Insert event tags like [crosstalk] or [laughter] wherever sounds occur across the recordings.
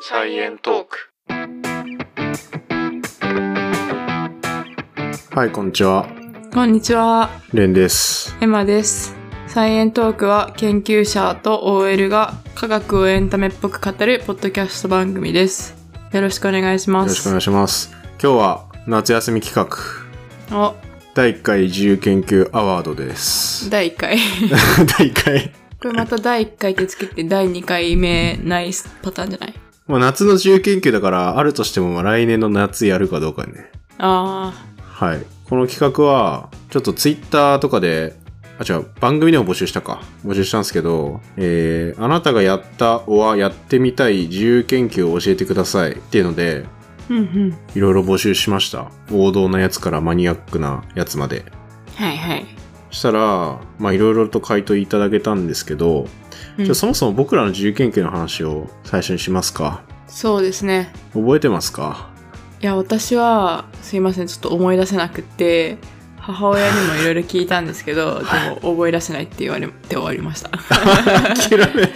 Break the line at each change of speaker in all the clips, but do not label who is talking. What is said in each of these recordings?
サイエントーク。
はい、こんにちは。
こんにちは、
レンです。
エマです。サイエントークは研究者と OL が科学をエンタメっぽく語るポッドキャスト番組です。よろしくお願いし
よ
ま
ろしくお
す。
願いします。今日は夏休み企画、
お、
第1回自由研究アワード
[laughs]
です。
第1回。
[laughs] 第1回。
これまた第1回ってつけて第2回目ないパターンじゃない
まあ、夏の自由研究だから、あるとしてもまあ来年の夏やるかどうかね。
あ
はい。この企画は、ちょっとツイッターとかで、あ、違う、番組でも募集したか。募集したんですけど、えー、あなたがやったおはやってみたい自由研究を教えてくださいっていうので、
ー。うんうん。
いろいろ募集しました。王道なやつからマニアックなやつまで。
はいはい。
したら、まあ、いろいろと回答いただけたんですけど、
うん
じゃあそもそも僕らの自由研究の話を最初にしますか。
そうですね。
覚えてますか
いや、私は、すいません、ちょっと思い出せなくって、母親にもいろいろ聞いたんですけど、でも覚え出せないって言われ [laughs] て終わりました。
諦め、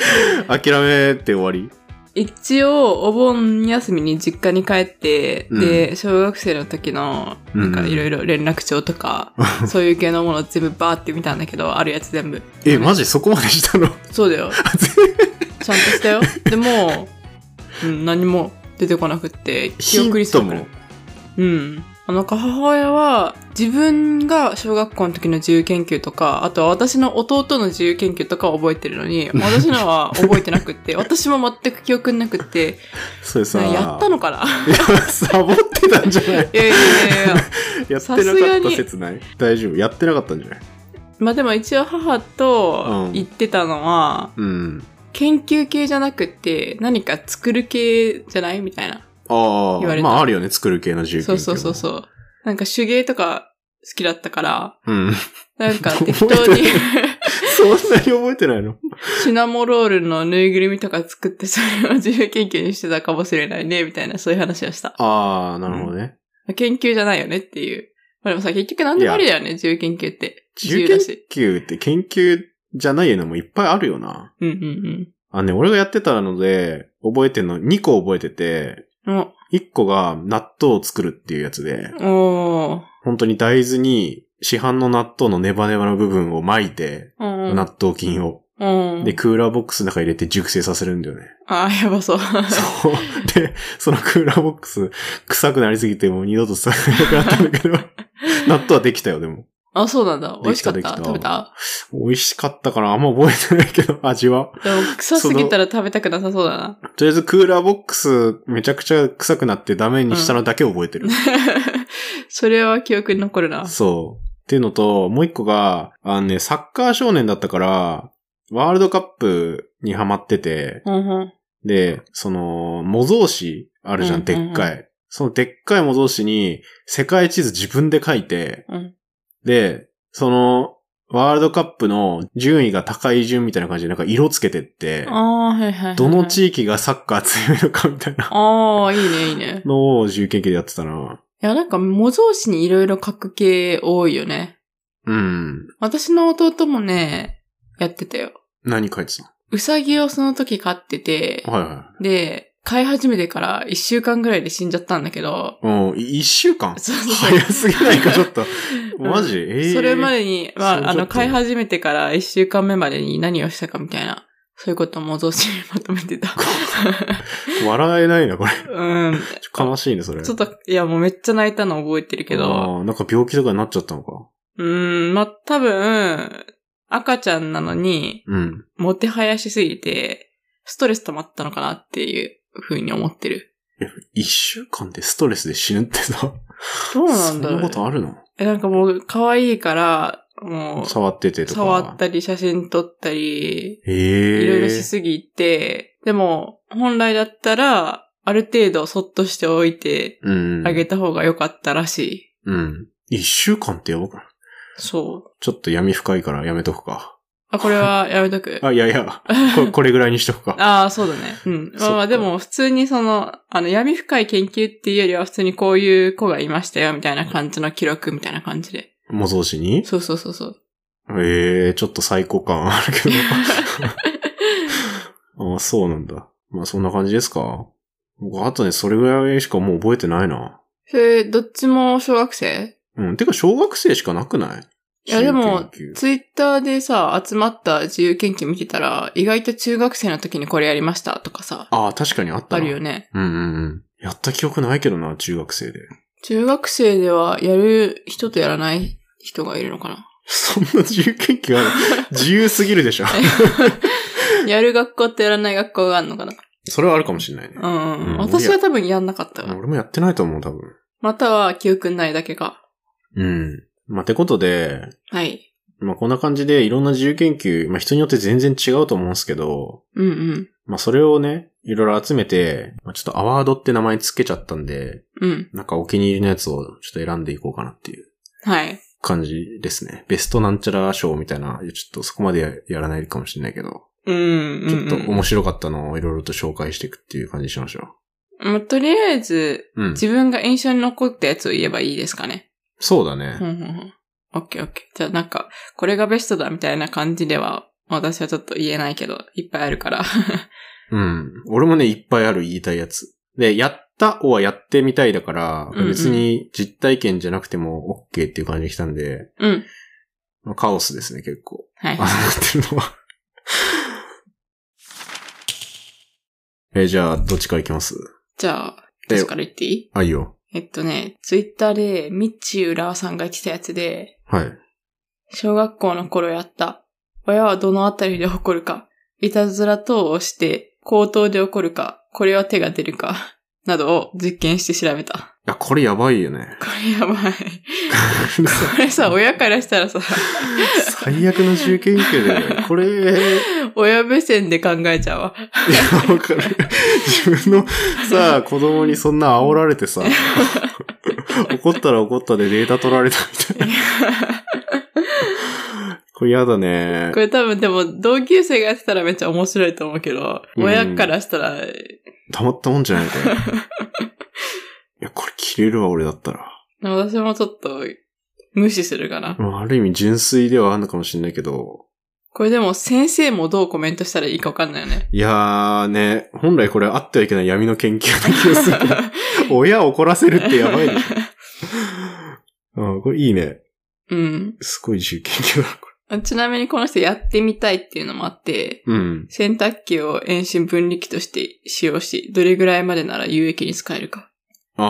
諦めて終わり
一応、お盆休みに実家に帰って、
うん
で、小学生の時の、なんか
うん
いろいろ連絡帳
[laughs]
とか、そういう系のもの全部バーって見たんだけど、あるやつ全部。
え、マジそこまでしたの
そ
[laughs]
うだよ。ちゃんとしたよ。でも、うん、何も出てこなくって、 [laughs] 記
ヒ
憶に
ン
す
ト
ごく
も。
うん。あの、母親は、自分が小学校の時の自由研究とか、あとは私の弟の自由研究とかを覚えてるのに、私のは覚えてなくって、 [laughs] 私も全く記憶なくって、
それさ、
なやったのかな
[laughs] いやサボってたんじゃ
[laughs]
ない
いやいやいやいや。
やって
さす
なか
が
った
に
説ない大丈夫。やってなかったんじゃない
まあでも一応母と
うん
言ってたのは、
うん。
研究系じゃなくて、何か作る系じゃないみたいな。
あ
言わ
あ、
れた
まああるよね、作る系の自由研究
そう
も。
そうそう
う。
そう。なんか手芸とか好きだったから、
うん。 [laughs]
なんか適当に
そんなに覚えてないの
[laughs] シナモロールのぬいぐるみとか作ってそれを自由研究にしてたかもしれないね、みたいなそういう話をした。
ああ、なるほどね。
研究じゃないよねっていう。まあでもさ、結局何でもありだよね、自由研究って。
自由
だ
研
し。
究って研究じゃないのもいっぱいあるよな。
うんうん
あ、ね、俺がやってたので、覚えてんの、2個覚えてて、
うん。お、
1個が納豆を作るっていうやつで、
おー
本当に大豆に市販の納豆のネバネバの部分を巻いて、
うん。
納豆菌を。
うん。
で、クーラーボックスの中に入れて熟成させるんだよね。
ああ、やばそう。
そう。で、そのクーラーボックス、臭くなりすぎてもう二度と使えなくなったんだ
[laughs]
けど、納豆はできたよ、でも。
あ、そうなんだ。美味しかった。
できたできた
食べた
美味しかったからあんま覚えてないけど、味は。
でも、臭すぎたら食べたくなさそうだな。
とりあえずクーラーボックスめちゃくちゃ臭くなってダメにしたのだけ覚えてる。
[laughs] それは記憶に残るな。
そう。っていうのと、もう一個が、あのね、サッカー少年だったから、ワールドカップにハマってて、
うんうん。
で、その、模造紙あるじゃん、
うんうんう
で
ん
っかい。そのでっかい模造紙に世界地図自分で書いて、
うん。
で、その、ワールドカップの順位が高い順みたいな感じでなんか色つけてって、
ああ、はいはいはいはい。
どの地域がサッカー強いのかみたい
[laughs]
な
ああ、いいね、いいね。
のを自由研究でやってたな。
いや、なんか模造紙にいろいろ書く系多いよね。
うん。
私の弟もね、やってたよ。
何書いてた
うさぎをその時飼ってて、
のはいは
で、飼い始めてから1週間ぐらいで死んじゃったんだけど、
い。うん、い一週間
そうそう
早すぎないか、ちょっ
[laughs]
と。マジ、えー
それまでに、ま
そう
あ、あ
ちょ
の、
っと
飼い始めてから1週間目までに何をしたかみたいな、そういうことを模造紙にまとめて [laughs] た。
笑えないな、これ。
うん。
ちょ悲しいね、それ。
ちょっと、いや、もうめっちゃ泣いたの覚えてるけど、
あーなんか病気とかになっちゃったのか。
うん、まあ、多分、赤ちゃんなのに、
うん。
もてはやしすぎて、ストレス溜まったのかなっていうふうに思ってる。
一週間でストレスで死ぬってさ。
どうなんだろ
そ
う
な
ん
ことあるの
え、なんかもう、可愛いから、もう、
触っててとか。
触ったり、写真撮ったり、
え
いろいろし
ー。
すぎて、でも、本来だったら、ある程度そっとしておいて
うん。
あげた方が良かったらしい。
うん。一週間ってやばくない
そう。
ちょっと闇深いからやめとくか。
あ、これはや
[laughs]
めとく。
あ、いやいや、
[laughs]
ここれぐらいにしとくか。
ああ、そうだね。うん。ま
そ
あ
っ
まあ
か
でも、普通にその、あの、闇深い研究っていうよりは、普通にこういう子がいましたよ、みたいな感じの記録みたいな感じで。
模造紙に
そうそうそうそう。
ええー、ちょっと最高感あ
[laughs]
るけど。あそうなんだ。まあそんな感じですか僕あとね、それぐらいしかもう覚えてないな。
へえ、どっちも小学生
うん。てか、小学生しかなくない
いやでも
自由研究
ツイッターでさ、集まった自由研究見てたら、意外と中学生の時にこれやりましたとかさ、
ああ、確かにあった
あ
な。
るよね。
うんうんうん。やった記憶ないけどな、中学生で。
中学生ではやる人とやらない人がいるのかな [laughs]
そんな自由研 [laughs] 究ある自由すぎるでし [laughs] ょ。
やる学校とやらない学校があるのかな
それはあるかもしれないね。
うん、うん、
うん
私は多分やんなかったわ
俺もやってないと思う、多分。
または記憶にないだけか。
うん。まあ、てことで、
はい。
まあ、こんな感じでいろんな自由研究、まあ、人によって全然違うと思うんですけど、
うんうん。
まあ、それをね、いろいろ集めて、まあ、ちょっとアワードって名前つけちゃったんで、
うん。
なんかお気に入りのやつをちょっと選んでいこうかなっていう
はい。
感じですね。ベストなんちゃら賞みたいな、ちょっとそこまでややらないかもしれないけど、
うんうん、
ち
う
ょっ
ん。
と面白かったのをいろいろと紹介していくっていう感じにしましょ
まあとりあえず、
う。うん。
自分が印象に残ったやつを言えばいいですかね。
そうだね。
うんうんうん。オッケーオッケー。じゃあなんか、これがベストだみたいな感じでは、私はちょっと言えないけど、いっぱいあるから。 [laughs]
うん。俺もね、いっぱいある言いたいやつ。で、やったはやってみたいだから、
うんうん
別に実体験じゃなくても OK っていう感じで来たんで、
うん。
まあカオスですね、結
[laughs]
構。
はい
あ。なってるのは。え、じゃあ、どっちから行きます
じゃあ、
え
私から言っていい
あ、いいよ。
えっとね、ツイッターで、ミッチー浦和さんが言ってたやつで、
はい。
小学校の頃やった。親はどのあたりで怒るか、いたずら等をして、口頭で怒るか、これは手が出るか、などを実験して調べた。
いや、これやばいよ
[laughs]
ね。
これやばい。これさ、親からしたらさ、
最悪の中研究だよ。これ、いや、
親目線で考えちゃうわ。
わかる。自分のさあ、子供にそんな煽られてさ、怒ったら怒ったでデータ取られたみたいな。これ嫌だね
こ。れ多分でも同級生がやってたらめっちゃ面白いと思うけど、
うん
親からしたら、
たまったもんじゃないこれ。いや、これ切れるわ、俺だったら。
私もちょっと無視するかな。
まあ、ある意味純粋ではあるのかもしれないけど。
これでも先生もどうコメントしたらいいかわかんないよね。
いやーね、本来これあってはいけない闇の研究な気がする
[laughs]
けど。親を怒らせるってやばいでしょ。うん、これいいね。
[laughs] うん。
すごい自由研究だ、こ
ちなみにこの人やってみたいっていうのもあって、
れ。うん。
洗濯機を遠心分離機として使用し、どれぐらいまでなら有益に使えるか。
あー、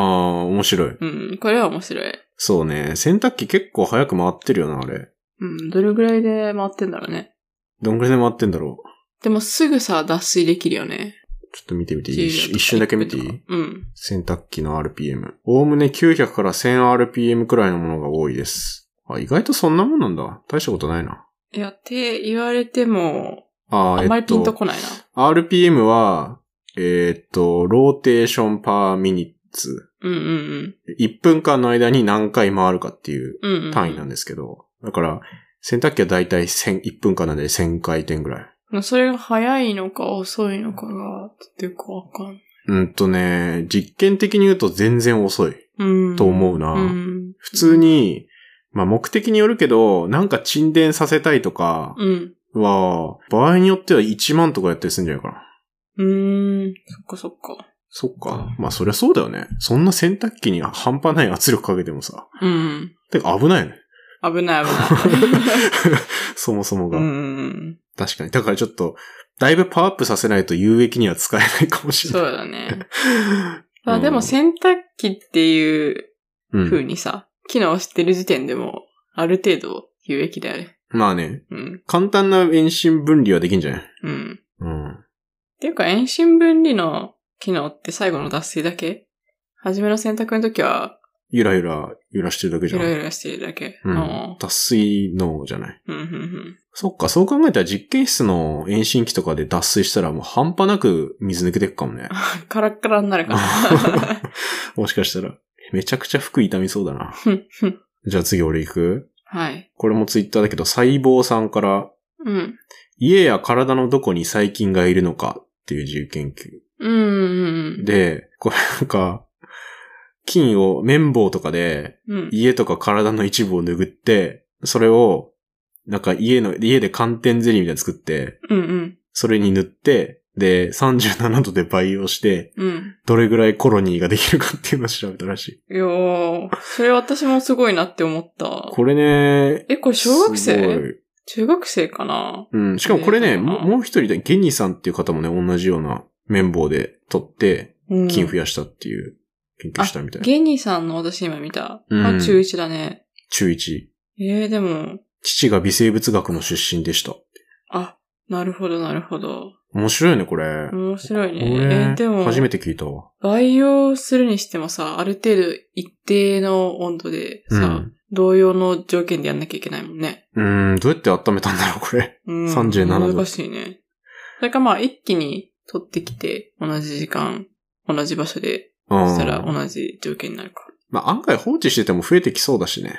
面白い。
うん。これは面白い。
そうね。洗濯機結構早く回ってるよな、あれ。
うん。どれぐらいで回ってんだろうね。
どんぐらいで回ってんだろう。
でもすぐさ、脱水できるよね。
ちょっと見てみていい
10
一瞬一瞬だけ見ていい
うん。
洗濯機の RPM。おおむね900から 1000rpm くらいのものが多いです。あ、意外とそんなもんなんだ。大したことないな。
いや、って言われても、
あ
あ
ー
んまりピンと
えっ
こないな。
と、RPM は、えーっと、ローテーションパーミニッツ。
うんうん
1分間の間に何回回るかっていう
うん。うん、うん。
単位なんですけど。だから、洗濯機はだいたい1000、1分間なんで1000回転ぐらい。
だ。それが早いのか遅いのかが、ちょっとよくわかんない。
うんとね、実験的に言うと全然遅い。
うん。
と思うな
うん。
普通に、まあ目的によるけど、なんか沈殿させたいとか
うん。
は、場合によっては1万とかやったりするんじゃないかな。
うーん。そっかそっか。
そっか。まあそりゃそうだよね。そんな洗濯機に半端ない圧力かけてもさ。
うん。
てか危
[laughs]
ないよね。[laughs]
危ない危ない。
そもそも
う
が。
ん。
確かに。だからちょっと、だいぶパワーアップさせないと有益には使えないかもしれ
そ
な
う
い。
だ
[laughs]
ね。
う
まあ
ん
でも洗濯機っていう
うん
風にさ、機能してる時点でも、ある程度有益だよね。
まあね、
うん。
簡単な遠心分離はできんじゃない
うん。っ
うん。
ていうか遠心分離の機能って最後の脱水だけ初めの洗濯の時は、
ゆらゆら、揺らしてるだけじ
ゆ
ゃん。
らゆらしてるだけ。
うん
あ。
脱水のじゃない。
ーうん、うん、うん。
そっか、そう考えたら実験室の遠心機とかで脱水したらもう半端なく水抜けてくか
[laughs]
もね。
カラッカラになるから。
[laughs] もしかしたら。めちゃくちゃ服痛みそうだ
[laughs]
な。
ふんふん
じゃあ次俺行く
はい。
これもツイッターだけど、細胞さんから、
うん。
家や体のどこに細菌がいるのかっていう自由研究。
うんうん
で、これなんか、菌を綿棒とかで、
うん。うん。
家とか体の一部を拭って、それを、なんか家の、家で寒天ゼリーみたいなの作って、
うんうん。
それに塗って、で、37度で培養して、
うん。
どれぐらいコロニーができるかっていうのを調べたらしい。
いやー、それ私もすごいなって思った。
これね、
え、これ小学
すご
生
い
中学生かな
うん。しかもこれ
え
ね、
ー
ももう一人で、ゲニーさんっていう方もね、同じような綿棒で取って、
うん。
金増やしたっていう研究したみたいな。
ゲニーさんの私今見た。
うん
あ、中1だね。
中1。
えー、でも、
父が微生物学の出身でした。
あ、なるほど、なるほど。
面白いね、これ。
面白いね。
こ
え
れ
ーでも、
初めて聞いたわ。
培養するにしてもさ、ある程度一定の温度でさ、
うん
同様の条件でやんなきゃいけないもんね。
うーん、どうやって温めたんだろう、これ。
[laughs] うん、
37度
難しいね。それかまあ一気に取ってきて、同じ時間、同じ場所で、
う
そしたら
ん。
同じ条件になるか。
まあ、案外放置してても増えてきそうだしね。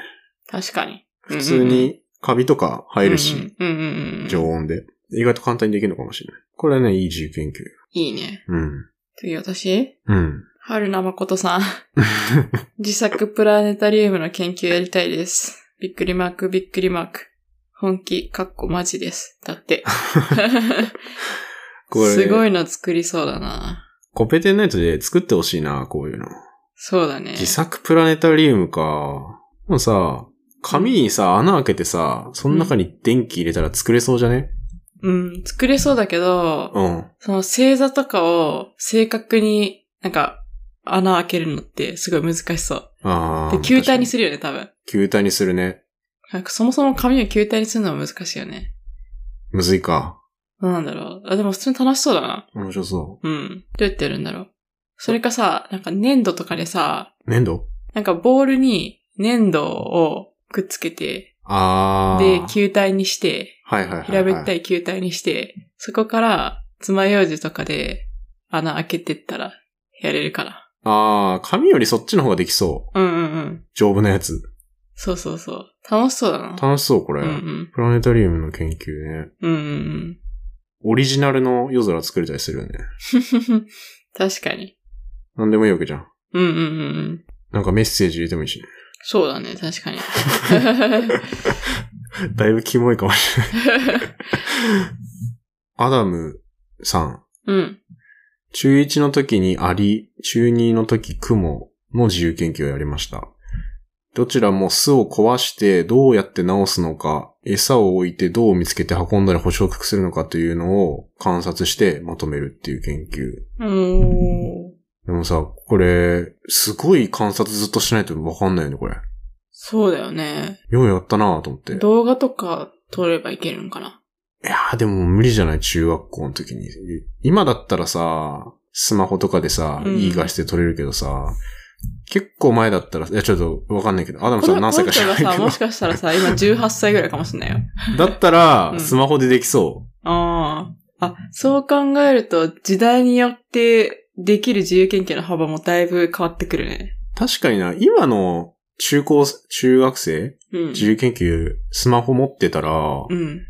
確かに。
普通にカビとか生えるし、
うんうんうんうん。
常温で。意外と簡単にできるのかもしれない。これはね、いい自由研究。
いいね。
うん。
次私
うん。
春名
[laughs]
誠さん。自作プラネタリウムの研究やりたいです。びっくりマーク、びっくりマーク。本気、かっこマジです。だって。
[laughs] これ
すごいの作りそうだな。
コペテンナイトで作ってほしいな、こういうの。
そうだね。
自作プラネタリウムか。もうさ、紙にさ、穴開けてさ、その中に電気入れたら作れそうじゃね
うん、作れそうだけど、
うん。
その星座とかを正確になんか穴開けるのってすごい難しそう。
ああ
で、。球体に
す
するよね、多分。
球体にするね。
なんかそもそも紙を球体にするのは難しいよね。
むずいか。
どうなんだろう。あ、でも普通に楽しそうだな。
面白そ
うん。どうやってやるんだろう。それかさ、なんか粘土とかでさ、
う。粘土
なんかボールに粘土をくっつけて、
ああ。
で、球体にして、
はいはいはい、はい。
平べったい球体にして、そこから爪楊枝とかで穴開けてったらやれるから。
ああ、紙よりそっちの方ができそう。
うんうんうん。
丈夫なやつ。
そうそうそう。楽しそうだな。
楽しそう、こ
う
れ。
んうん。
プラネタリウムの研究ね。
うんうん
オリジナルの夜空作れたりするよね。
うん。 [laughs] 確かに。
なんでもいいわけじゃん。
うんうんうんうん。
なんかメッセージ入れてもいい [laughs] しね。
そうだね、確
[laughs]
かに。
だいぶキモいかもしれない。 [laughs] アダムさん。
うん。
中1の時にアリ、中2の時クモの自由研究をやりました。どちらも巣を壊してどうやって治すのか、餌を置いてどう見つけて運んだり捕食するのかというのを観察してまとめるっていう研究。
おー。
でもさ、これ、すごい観察ずっとしないとわかんないよね、これ。
そうだよね。
ようやったなぁと思って。い
動画とか撮ればいけるんかな。
やーでも無理じゃない、中学校の時に。今だったらさ、スマホとかでさ、
うん
いい画質で撮れるけどさ、結構前だったら、いや、ちょっとわかんないけど、アダムさん何歳か知
この
ら
人が
ない
さ、
け
もしかしたらさ、今18歳ぐらいかもしんないよ。
[laughs] ど。だったら
う、ん
スマホでできそ
ああ。あ、そう考えると、時代によってできる自由研究の幅もだいぶ変わってくるね。
う。確かにな、今の中高、中学生、
うん。
自由研究、スマホ持ってたら、
うん。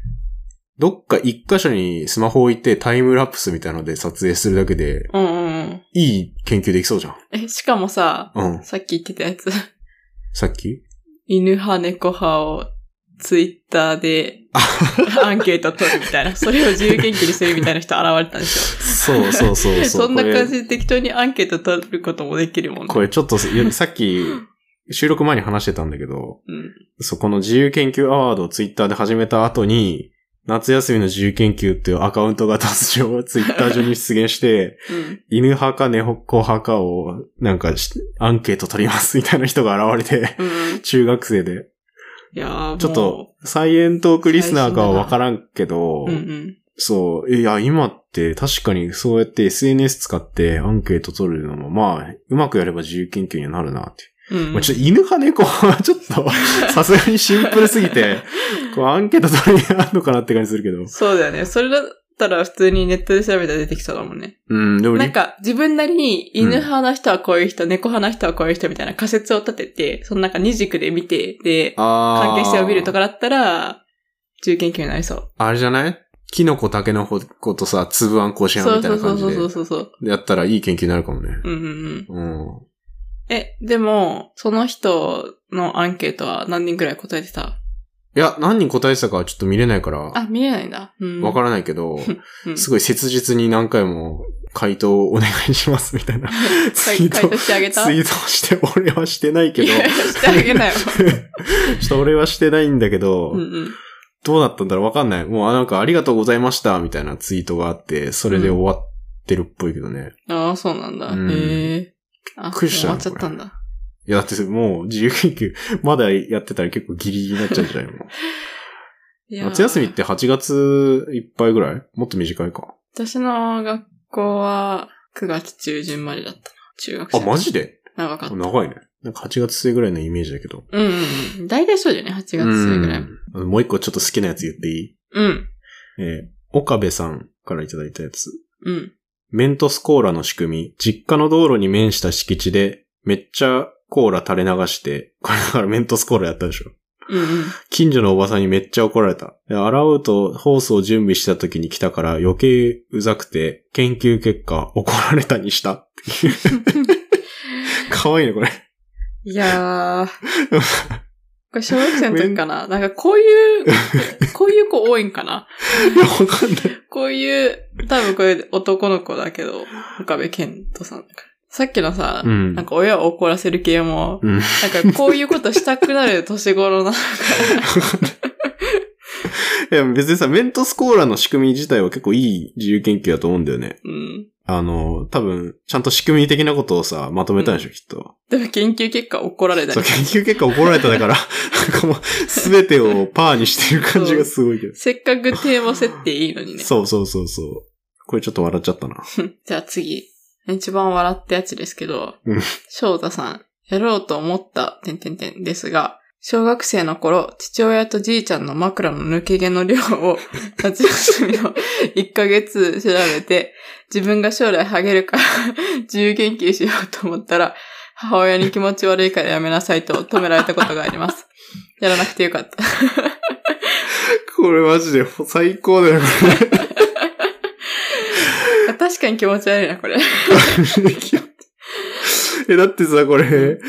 どっか一箇所にスマホ置いてタイムラプスみたいので撮影するだけで、
うんうんうん。
いい研究できそうじゃん。
え、しかもさ、
うん。
さっき言ってたやつ。
さっき
犬派猫派をツイッターで
[laughs]
アンケート取るみたいな。それを自由研究にするみたいな人現れたんでしょ。
そうそうそうそう。
[laughs] そんな感
これ。
じで適当にアンケート取ることもできるもんね。
これちょっと、いやさっき、収録前に話してたんだけど、
うん。
そこの自由研究アワードをツイッターで始めた後に、夏休みの自由研究っていうアカウントが突如ツイッター上に出現して、 [laughs]
うん。
犬派か猫派かを、なんかし、アンケート取りますみたいな人が現れて、
うん。
中学生で。
いやー
ちょっ、
も
と、サイエントークリスナーかはわからんけど、
ううんうん。
そう。いや、今って確かにそうやって SNS 使ってアンケート取るのも、まあ、うまくやれば自由研究にはなるなって。
うん
まあ、ちょっと犬派猫は [laughs] ちょっと、さすがにシンプルすぎて、
[laughs]
こうアンケート取りにあるのかなって感じするけど。
そうだよね。それだったら普通にネットで調べたら出てきそうだもんね。
うん、でも
なん
ね、
か自分なりに犬派な人はこういう人、猫派な人はこういう人みたいな仮説を立てて、その中二軸で見て、で、
あー
関係性を見るとかだったら、重研究になりそう。
あれじゃないキノコ、タケノコとさ、粒あんこしあん
そ
み
う
たい
そ
な
うそ
感
う
じで
そうそう。そうそう。
やったらいい研究になるかもね。
うんうんうん。
うん。
え、でも、その人のアンケートは何人くらい答えてた
いや、何人答えてたかはちょっと見れないから、
あ、見れないんだ。うん。
わからないけ
[laughs]
ど、
らん。
すごい切実に何回も回答をお願いしますみたいなツイ
[laughs]
ー
回回
ト、
答してあげた
ツイートして、俺はしてないけ
い
ど、 [laughs]
やいやしてあげなよ。
ちょっと俺はしてないんだけど、
[laughs] うんうん。
どうだったんだろうわかんない。もうあなんかありがとうございましたみたいなツイートがあって、それで終わってるっぽいけどね。い
ああ、そうなんだ。
うん
へえ。あ、
びっくりした
も
な
う終わっちゃったんだ。
やだってもう自由研究、まだやってたら結構ギリギリになっちゃうんじ
[laughs]
ゃないの
いやー
夏休みって8月いっぱいぐらいもっと短いか。
私の学校は9月中旬までだったな。中学
あ、
生。
マジで
長かった。
長いね。なんか8月末ぐらいのイメージだけど。
うんうんうん。大体そうだよね、8月末ぐらい。
うんもう一個ちょっと好きなやつ言っていい
うん。
えー岡部さんからいただいたやつ。
うん。
メントスコーラの仕組み、実家の道路に面した敷地で、めっちゃコーラ垂れ流して、これだからメントスコーラやったでしょ。
うんうん。
近所のおばさんにめっちゃ怒られた。で洗うとホースを準備した時に来たから余計うざくて、研究結果怒られたにしたっていう。かわいいね、これ。[laughs]
いやー。これ小学生の時かななんかこう
[laughs]
いう、こういう子多いんかない
や、わかんない。
こういう、多分これ男の子だけど、岡部健人さんだから。さっきのさ、
うん
なんか親を怒らせる系も、
うん。
なんかこういうことしたくなる年頃な。
いや、別にさ、メントスコーラの仕組み自体は結構いい自由研究だと思うんだよね。
うん。
あの、多分、ちゃんと仕組み的なことをさ、まとめたんでしょ、きっと。
でも研究結果怒られた
そう、
り。
研究結果怒られただから、なんかもう、すべてをパーにしてる感じがすごいけど。
せっかくテーマ設定いいのにね。
そうそうそうそう。これちょっと笑っちゃったな。
じゃあ次。一番笑ったやつですけど
うん、
翔太さん、やろうと思った、てんてんてんですが、小学生の頃、父親とじいちゃんの枕の抜け毛の量 [laughs] を、夏休みの1ヶ月調べて、自分が将来ハゲるから、自由研究しようと思ったら、母親に気持ち悪いからやめなさいと止められたことがあります。やらなくてよかった。
これマジで最高だよ、こ
確かに気持ち悪いな、 [laughs] これ。
れ。え、だってさ、これ、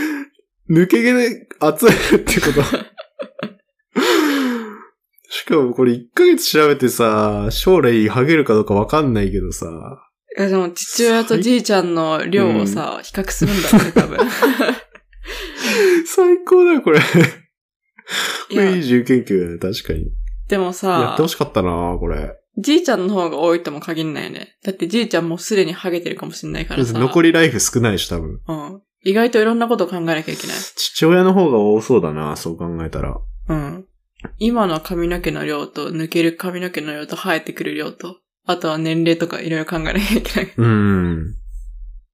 抜け毛で集めるってこと。しかもこれ1ヶ月調べてさ、将来ハゲるかどうかわかんないけどさ、
いや、でも父親とじいちゃんの量をさ、比較するんだろうね、 [laughs] 多分。
最高だよ、これ。こ
い
れいい
や、
自由研究だね、確かに。
でも
やっ
さ
て、ほしかったな、これ。
じいちゃんの方が多いとも限んないよね。だってじいちゃんもうすでにハゲてるかもしんないからさ。
残りライフ少ないし、多分。
うん。意外といろんなことを考えなきゃいけない。
父親の方が多そうだな、そう考えたら。
うん。今の髪の毛の量と、抜ける髪の毛の量と、生えてくる量と、あとは年齢とかいろいろ考えなきゃいけない。 [laughs]
うん。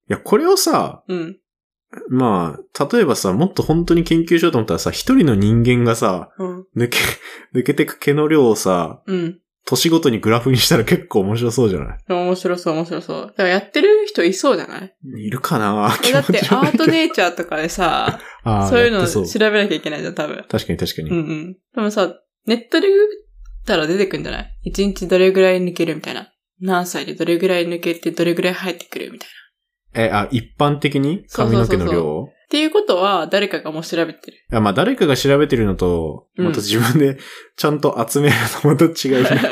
いや、これをさ、
うん。
まあ、例えばさ、もっと本当に研究しようと思ったらさ、一人の人間がさ、
うん。
抜け、 [laughs] 抜けてく毛の量をさ、
うん。
年ごとにグラフにしたら結構面白そうじゃない
でも面白そう、面白そう。だからやってる人いそうじゃない
[laughs] いるかな
えだってアートネイチャーとかでさ、
[laughs] あー
そういう
やっ
の
てそ
調
う
べなきゃいけないじゃん、多分。
確かに確かに。
うんうん。でもさ、ネットで打ったら出てくんじゃない一日どれぐらい抜けるみたいな。何歳でどれぐらい抜けてどれぐらい入ってくるみたいな。
え、あ、一般的に髪の毛の量を
そうそうっていうことは、誰かがもう調べ
[laughs]
てる。
いやまあ、誰かが調べてるのと、
うん
また自分でちゃんと集めるのまた違うね。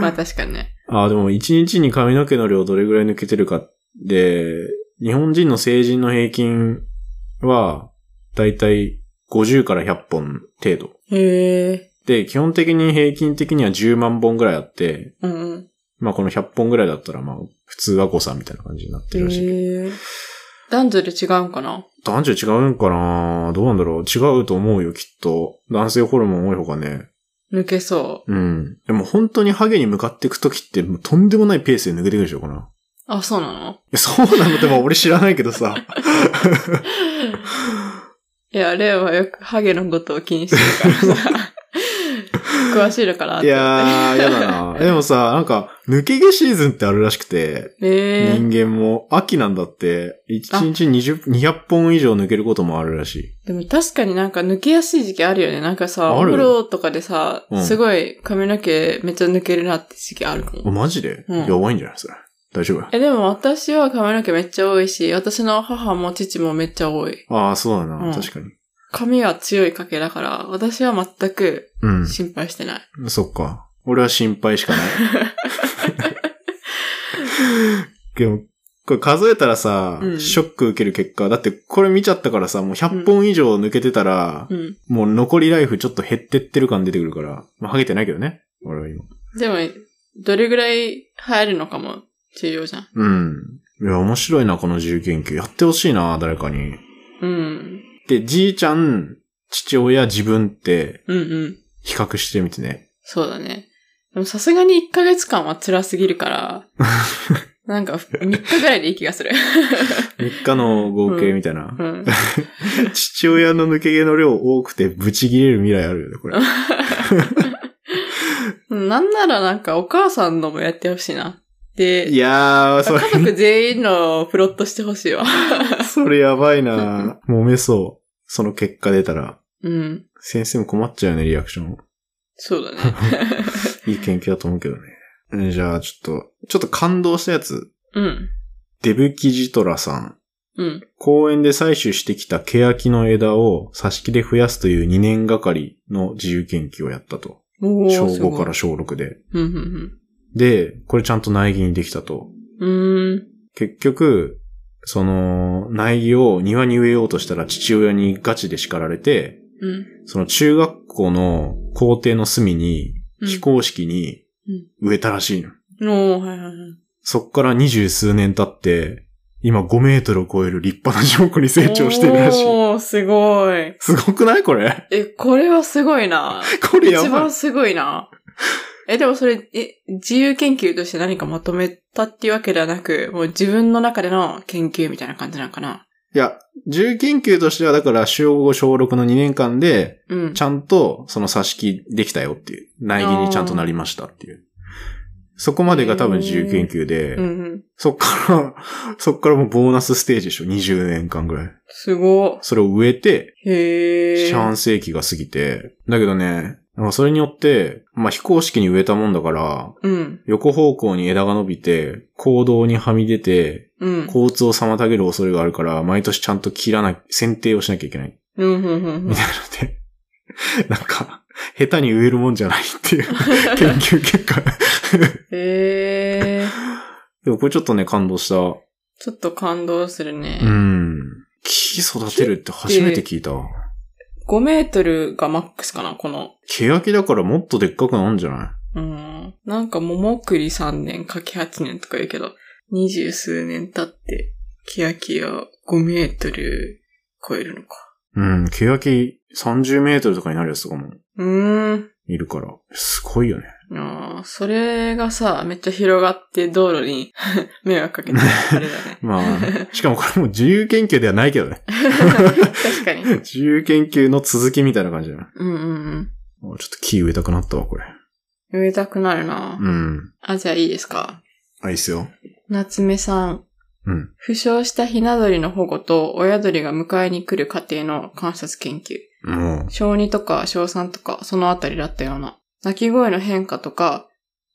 まあ確かにね。
ああ、でも一日に髪の毛の量どれぐらい抜けてるかで、日本人の成人の平均は、だいたい50から100本程度。
へえ。
で、基本的に平均的には10万本ぐらいあって、
うんうん。
まあこの100本ぐらいだったら、まあ普通は誤差みたいな感じになってるらしいけど。
へえ。男女で違うんかな
男女違うんかなどうなんだろう違うと思うよ、きっと。男性ホルモン多い方がね。
抜けそ
うん。でも本当にハゲに向かっていくときって、もうとんでもないペースで抜けてくるでしょ、こな。
う。あ、そうなの
いやそうなのって、まあ俺知らないけどさ。
いや、レイはよくハゲのことを気にしてるからさ。
[laughs]
詳しいのかなっ
い
て
やー、や
[laughs]
だな。でもさ、なんか、抜け毛シーズンってあるらしくて、
え
人
え。
間も秋なんだって、
あ
1日20 200本以上抜けることもあるらしい。
でも確かになんか抜けやすい時期あるよね。なんかさ、
ある
お風呂とかでさ、
うん
すごい髪の毛めっちゃ抜けるなって時期あるか
あ
も。
マジで、
うん
やばいんじゃないそれ。大丈夫
え、でも私は髪の毛めっちゃ多いし、私の母も父もめっちゃ多い。
ああ、そうだな、
うん
確かに。
髪は強い家系だから、私は全く
うん。
心配してない。
そっか。俺は心配しか
[laughs]
ない。でも、これ数えたらさ、
うん
ショック受ける結果、だってこれ見ちゃったからさ、もう100本以上抜けてたら、
うん。
もう残りライフちょっと減ってってる感出てくるから、まあ、ハゲてないけどね。俺は今。
でも、どれぐらい入るのかも重要じゃん。
うん。いや、面白いな、この自由研究。やってほしいな、誰かに。
うん。
で、じいちゃん、父親、自分って、
うんうん。
比較してみてね。
そうだね。でもさすがに1ヶ月間は辛すぎ
[laughs]
るから、なんか3日ぐらいでいい気がする。
3日の合計みたいな。
うん。
父親の抜け毛の量多くて、ブチ切れる未来あるよね、これ。
なんならなんかお母さんのもやってほしいな。で、
[laughs] いやー、そ
家
れ、
族全員のプロットしてほしいわ。 [laughs]
それやばいな揉めそう。その結果出たら。
うん。
先生も困っちゃうよね、リアクション。
そうだ
[laughs]
ね。
いい研究だと思うけどね。うんじゃあ、ちょっと、ちょっと感動したやつ。
うん。
デブキジトラさん。
うん。
公園で採取してきたケヤキの枝を挿し木で増やすという2年がかりの自由研究をやったと。
おー
小
すごい
5から小6で。
うん、うん、
で、これちゃんと苗木にできたと。
うん。うーん。
結局、その、苗木を庭に植えようとしたら父親にガチで叱られて、
うん。
その中学校の校庭の隅に、
うん
非公式に
うん
植えたらしいの。
おー、はいはいはい。
そっから二十数年経って、今5メートルを超える立派な樹木に成長してるらしい。
おー、すごい。
すごくないこれ。
え、これはすごいな。
[laughs] これや
一
ばい
番。すごいな。え、でもそれ、え、自由研究として何かまとめたっていうわけではなく、もう自分の中での研究みたいな感じなのかな。
いや、自由研究としてはだから小5小6の2年間で、
うん
ち。ゃんとその挿し木できたよっていう。苗木にちゃんとなりましたっていう。そこまでが多分自由研究で、
うんうん。
そっから、そっからもうボーナスステージでしょ ?20 年間ぐらい。
すご
それを植えて、
い。へー。
四半世紀が過ぎて、だけどね、まあそれによって、まあ非公式に植えたもんだから、
うん。
横方向に枝が伸びて、行動にはみ出て、
うん。
交通を妨げる恐れがあるから、毎年ちゃんと切らない、剪定をしなきゃいけない。
うん、うん、うん
[laughs]
うん
み。たいなので、なんか、下手に植えるもんじゃないっていう研究結 [laughs] 果。
へー。
でもこれちょっとね、感動した。う
ちょっと感動するね。
ん。木育てるって初めて聞いたわ。
5メートルがマックスかな、この。
欅だからもっとでっかくなんじゃない
うん。なんか、桃栗3年、柿8年とか言うけど、二十数年経って、キヤキヤ5メートル超えるのか。
うん、欅30メートルとかになるやつとかも
うーん。
いるから、すごいよね。。
あーそれがさ、めっちゃ広がって道路に [laughs] 迷惑かけてる、あれだね
[laughs] まあ、しかもこれもう自由研究ではないけど [laughs] ね。
確かに。うん
自由研究の続きみたいな感じだな。
うんうん。
ちょっと木植えたくなったわ、これ。
植えたくなるな、
うん。
あ、じゃあいいですか。
あ、いいっすよ。
夏目さん。
うん。
負傷したヒナ鳥の保護と親鳥が迎えに来る過程の観察研究。
も
小2とか小3とかそのあたりだったような、鳴き声の変化とか、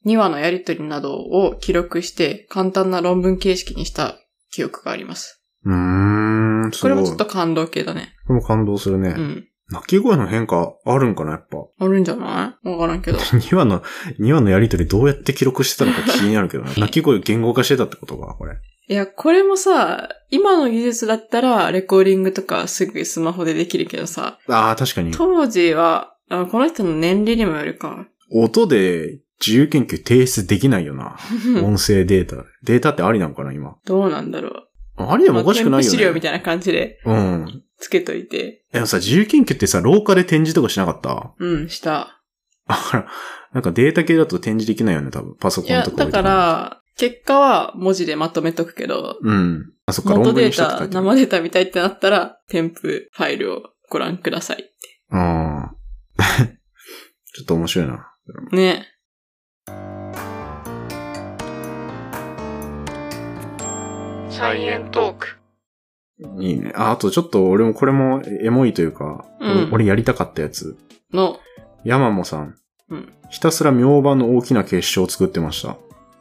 2話のやりとりなどを記録して簡単な論文形式にした記憶があります。
う、うーん、す
こ
ごい。
れもちょっと感動系だね。
これも感動するね。
うん。
鳴き声の変化あるんかな、やっぱ。
あるんじゃないわからんけど。
[laughs] 2話の、2話のやりとりどうやって記録してたのか気になる
[laughs]
けどね。鳴き声言語化してたってことか、これ。
いや、これもさ、今の技術だったらレコーディングとかすぐスマホでできるけどさ、
ああ、確かに。
当時は、あこの人の年齢にもよるか。
音で自由研究提出できないよな。音声データ。データってありなのかな、今。
どうなんだろう。
ありでもおかしく
ま
な
あ
い
添付
よ
資料み
ね。
たいな感じで
うん。
つけといて。
でもさ、自由研究ってさ、廊下で展示とかしなかった [laughs]
うん、した。
だから、なんかデータ系だと展示できないよね、多分。パソコ
いや、
ンとか置
だ
いて
か
も。
ら、結果は文字でまとめとくけど、
うん。あ、そっか、
元
論文
デ
に
ー
したって書
タ、
いてある。
生データ見たいってなったら、添付ファイルをご覧ください。
うん。 [laughs] ちょっと面白いな。
ね。サイエントーク。
いいね。あ、あとちょっと俺も、これもエモいというか、
うん
俺やりたかったやつ。
の、
ヤマモさん。
うん
ひたすら明板の大きな結晶を作ってました。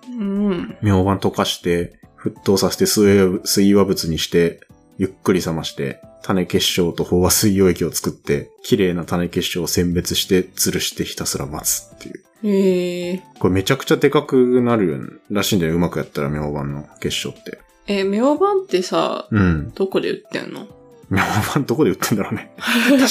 うん。
明板溶かして、沸騰させて水和水和物にして、ゆっくり冷まして、種結晶と飽和水溶液を作って、綺麗な種結晶を選別して、吊るしてひたすら待つっていう。
えー、
これめちゃくちゃでかくなるらしいんだよ。うまくやったら、明板の結晶って。
え、明晩ってさ、
うん。
どこで売ってんの
明板どこで売ってんだろうね。確か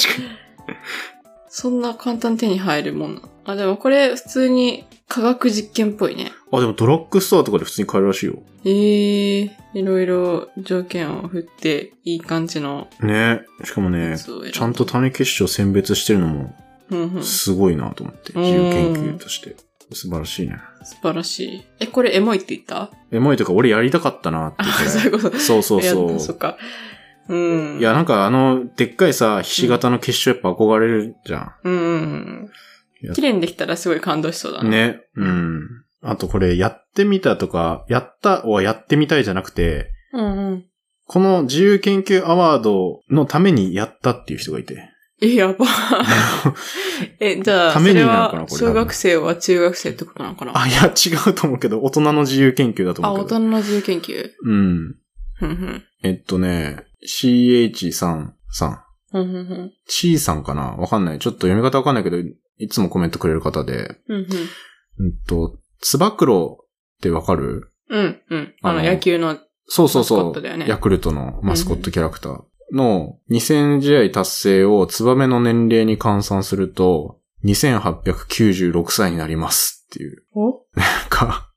そんな簡単に手に入るもんな。あ、でもこれ普通に科学実験っぽいね。
に。あ、でもドラッグストアとかで普通に買えるらしいよ。
えー、いろいろ条件を振って、いい感じの
ねしかもね
や、つを選ぶ
ちゃんと種結晶選別してるのも
うんうん。素
すごいなと思って、
うん
自由研究として。素晴らしいね。
晴らしい。え、これエモいって言った
エモいとか俺やりたかったなって
あ
言っ、
そういう
て。
こと。
そうそう
いや
そ
そっ
う。
か。うん。
いや、なんかあの、でっかいさ、ひし形の結晶やっぱ憧れるじゃ
うんうん
い
うん。
や
綺麗にできたらすごい感動しそうだ
ん。
な。。
ね。うん。あとこれ、やってみたとか、やったはやってみたいじゃなくて、
うんうん。
この自由研究アワードのためにやったっていう人がいて。
え、や
[laughs]
ば。え、じゃあ、
た
そ
めに
れ
なるかな
は
これ
小学生は中学生ってことなのかな
あ、いや、違うと思うけど、大人の自由研究だと
あ、
思
大
うけど。
人の自由研究。
うん。
ふんふん。
えっとね、CH さん、さん。
ふんふんふん。
C さんかなわかんない。ちょっと読み方わかんないけど、いつもコメントくれる方で。
ふんふん。
うんと、つば九郎ってわかる
うん、うん。あの、
あの
野球の、
そうそうそ
マスコット
う、
だよね
ヤクルトのマスコットキャラクターの2000試合達成をツバメの年齢に換算すると、2896歳になりますっていう。
[laughs] お
なんか、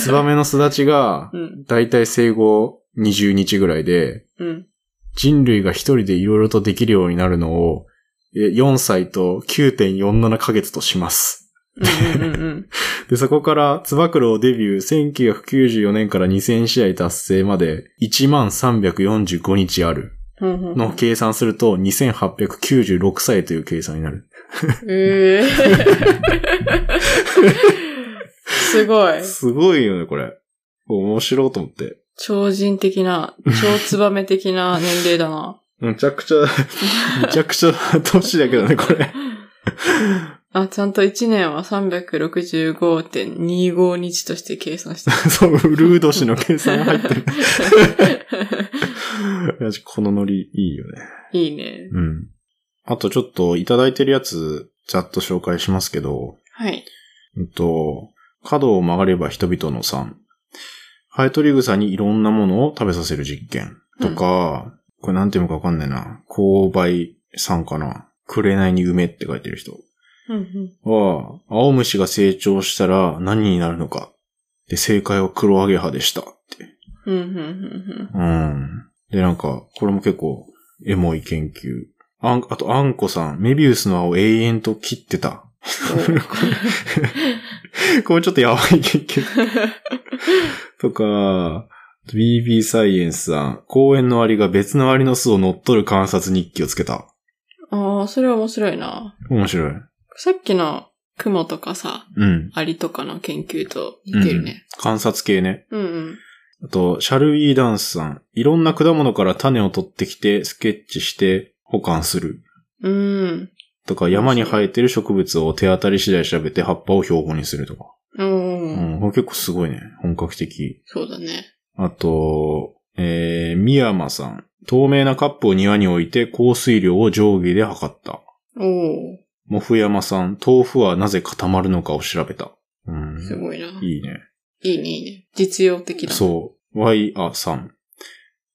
ツバメの巣立ちが
う、ん、
だいたい生後20日ぐらいで、
うん。
人類が一人でいろいろとできるようになるのを、え4歳と9.47ヶ月とします。
うん、うん、うん。
で、そこから、つば九郎デビュー1994年から2000試合達成まで1345日ある
ふんふんふん
のを計算すると2896歳という計算になる。
え [laughs] えすごい。
すごいよね、これ。面白いと思って。
超人的な、超ツバメ的な年齢だな。
むちゃくちゃ、 [laughs] むちゃくちゃ年だけどね、これ。
あ、ちゃんと1年は365.25日として計算し
[laughs]
てる。
そう、ウルード氏の計算が入ってる。いやこのノリいいよね。
いいね。
うん。あとちょっといただいてるやつ、ざっと紹介しますけど、
はい。
うんと、角を曲がれば人々の3。ハエトリグサにいろんなものを食べさせる実験とか、これなんていうのかわかんないな。勾配さんかな。紅に梅って書いてる人
うんうん
は、青虫が成長したら何になるのか。で、正解は黒アゲハでしたって。
うんうんう
う
ん
ん。で、なんか、これも結構、エモい研究。あん、あと、あんこさん、メビウスの輪を永遠と切ってた。 [laughs] これちょっとやばい研
[laughs]
究。とか、BB サイエンスさん、公園のアリが別のアリの巣を乗っ取る観察日記をつけた。
うん。ああ、それは面白いな。
面白い。
さっきの雲とかさ、
うん。
アリとかの研究と似てるね。
うん観察系ね。
うんうん。
あと、シャルウィーダンスさん、いろんな果物から種を取ってきて、スケッチして、保管する。
うん。
とか、山に生えてる植物を手当たり次第調べて葉っぱを標本にするとか。
うん。
うん、これ結構すごいね。本格的。
そうだね。
あと、えー、宮山さん。透明なカップを庭に置いて降水量を定規で測った。
おお
もふやまさん、豆腐はなぜ固まるのかを調べた。うん。
すごいな。
いいね。
いいね、いいね。実用的だ。
そう。Y、あ、さん。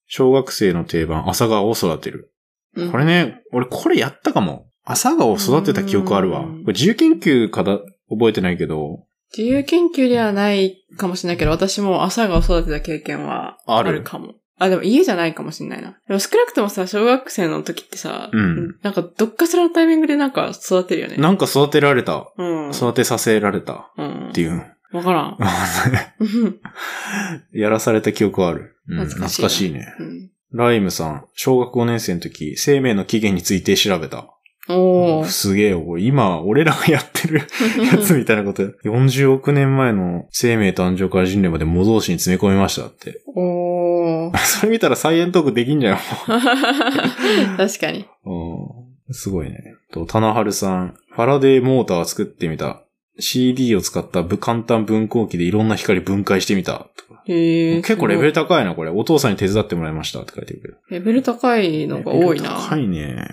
小学生の定番、朝顔を育てる。
う。ん、
これね、俺これやったかも。朝顔を育てた記憶あるわ。
う
こ
ん
れ自由研究かだ、覚えてないけど、
自由研究ではないかもしれないけど、私も朝顔育てた経験は
あ
あ
る
るかも。あ、でも家じゃないかもしれないな。でも少なくともさ、小学生の時ってさ、
うん
なんかどっかしらのタイミングでなんか育てるよね。
なんか育てられた。
うん。
育てさせられた。
うん。
っていう。
わからん。うん
[laughs] やらされた記憶はある。うん懐
懐
か
か
し
し
い
い
ね。
うん。
ライムさん、小学5年生の時、生命の起源について調べた。
おー。
すげえよ、これ今、俺らがやってるやつみ [laughs] たいなこと。40億年前の生命誕生から人類まで模造紙に詰め込みました
[laughs]
って。
[laughs] おー。 [laughs]
それ見たらサイエントークできんじゃん。
確かに。
うんすごいね。と、棚春さん、ファラデーモーターを作ってみた。CD を使ったぶ簡単分光器でいろんな光分解してみた。とか
へえ。
結構レベル高いな、これ。お父さんに手伝ってもらいましたって書いてくる。
レベル高いのが多い
レベル
な。
高いね。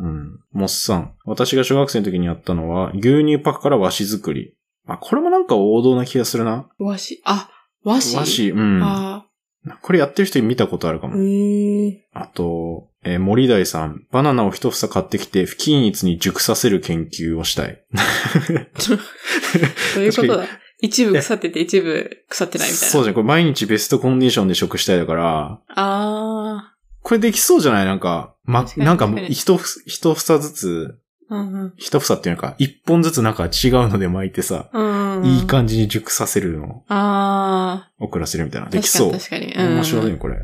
うん。モッサン。私が小学生の時にやったのは、牛乳パックから和紙作り。あ、これもなんか王道な気がするな。
和紙、あ、和紙。
和紙、うん。
あ
これやってる人見たことあるか
あ、
も。
うーん。
あと、えー森大さん。バナナを一房買ってきて、不均一に熟させる研究をしたい。
そういうことだ。一部腐ってて一部腐ってないみたいな。
そうじゃん。これ毎日ベストコンディションで食したいだから、
あ
これできそうじゃないなんか、ま
確、かに
なんか
確かに
一房、一房ずつ、
あ。うん
一房っていうのか、一本ずつなんか違うので巻いてさ、
うん。うん。
いい感じに熟させるの
あ
を遅らせるみたいな。
あ。
できそう。
確かに確かに。うん。
面白いね、これ。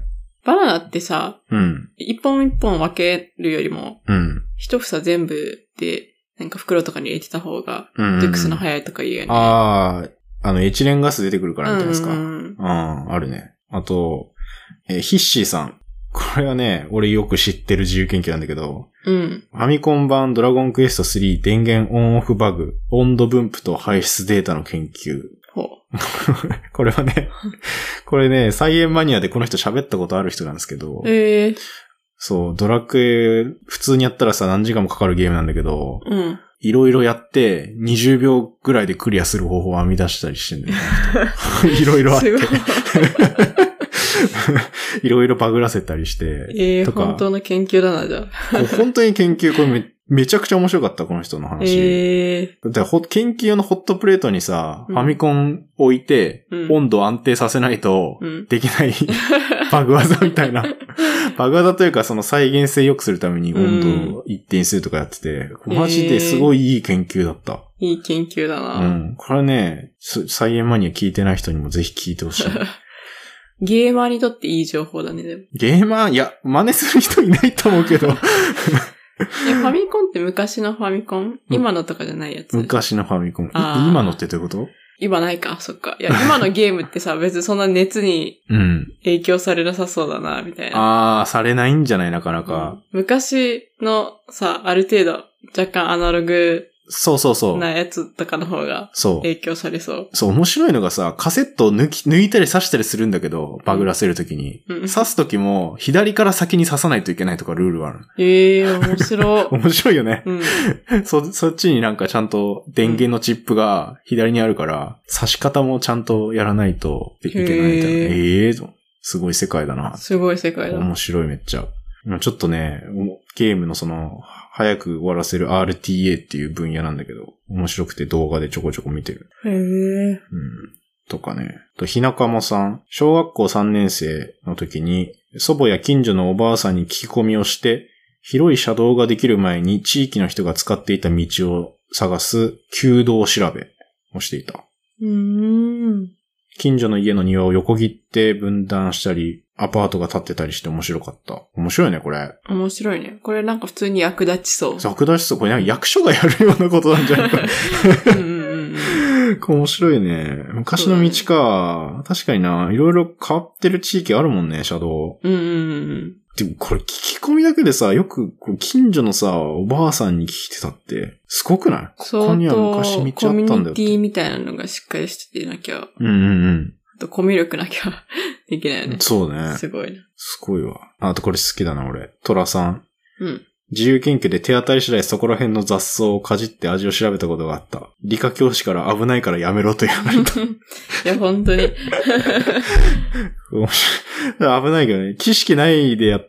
バナナってさ、
うん。
一本一本分けるよりも、
うん。
一房全部で、なんか袋とかに入れてた方が、
うん。
熟すの早いとか言うよね。
ああ、あの、エチレンガス出てくるからみたいですか。
うんうんうん
うん、あるね。あと、えーヒッシーさん。これはね、俺よく知ってる自由研究なんだけど、
うん。
ファミコン版ドラゴンクエスト3電源オンオフバグ、温度分布と排出データの研究。
ほう。
これは
[laughs]
ね、これね、菜園マニアでこの人喋ったことある人なんですけど、
ええ
そう、ドラクエ、普通にやったらさ、何時間もかかるゲームなんだけど、
うん。
いろいろやって、20秒ぐらいでクリアする方法を編み出したりしてんだよね。
[laughs]
いろいろあって
すごい。
[laughs] いろいろバグらせたりして。
ええ
とか
本当の研究だな、じゃあ。
もう本当に研究、これめめちゃくちゃ面白かった、この人の話。
ええ
だからほ研究用のホットプレートにさ、
う
ファ
ん
ミコン置いて、
うん
温度安定させないと
う、ん。
でき
[laughs]
ないバグ技みたいな。バグ技というか、その再現性良くするために温度を一定にするとかやってて、マジですごいいい研究だった。
いい研究だな。
うん。これね、す菜園マニア聞いてない人にもぜひ聞いて
[laughs]
ほしい。
ゲーマーにとっていい情報だね、
[laughs]
でも。
ゲーマー、いや、真似する人いないと思うけど、 [laughs]
え、ファミコンって昔のファミコン今のとかじゃないやつ。
昔のファミコン。い
あー
今のってどういうこと
今ないか、そっか。いや、今のゲームっ
[laughs]
てさ、別にそんな熱に
うん。
影響されなさそうだな、みたいな。
あー、されないんじゃないなかなか。
昔のさ、ある程度、若干アナログ
そうそうそう。
なやつとかの方が
そう。
影響されそう。
そう、面白いのがさ、カセットを抜き、抜いたり刺したりするんだけど、バグらせるときに。
う
刺
ん
すときも、左から先に刺さないといけないとかルールはある。
ええ面
[laughs]
白。 [laughs]
面白いよね。
うん。
そ、そっちになんかちゃんと電源のチップが左にあるから、刺し方もちゃんとやらないといけないみたいな。
へー
ええーと、すごい世界だな。
すごい世界だ。
面白いめっちゃ。今ちょっとね、おゲームのその、早く終わらせる RTA っていう分野なんだけど、面白くて動画でちょこちょこ見てる。
へえ。
うん。とかね。と、ひなかもさん。小学校3年生の時に、祖母や近所のおばあさんに聞き込みをして、広い車道ができる前に地域の人が使っていた道を探す、旧道調べをしていた。
うーん。
近所の家の庭を横切って分断したり、アパートが建ってたりして面白かった。面白いね、これ。
面白いね。これなんか普通に役立ちそう。
作出しそう。これなんか役所がやるようなことなんじゃないか。
うんうんうんうん。
面白いね。昔の道か。確かにな。いろいろ変わってる地域あるもんね、車道。
うんうんうん。
でもこれ聞き込みだけでさ、よくこう近所のさ、おばあさんに聞いてたって、すごくないここ
相
には
当
昔道
コ
あ
ミ
っ
ュ
たんだよっ
ニテ
て。
ィみたいなのがしっかりしてなきゃ、あ
うんうん
とコミュ力なきゃ [laughs] できないよ
う
ね
ん。。そうね。
すごいな。
すごいわ。あとこれ好きだな、俺。トラさん。
うん。
自由研究で手当たり次第そこら辺の雑草をかじって味を調べたことがあった。理科教師から危ないからやめろと言わ [laughs] れた。
[laughs] いや、本当に。
面白い危ないけどね。知識ないでや、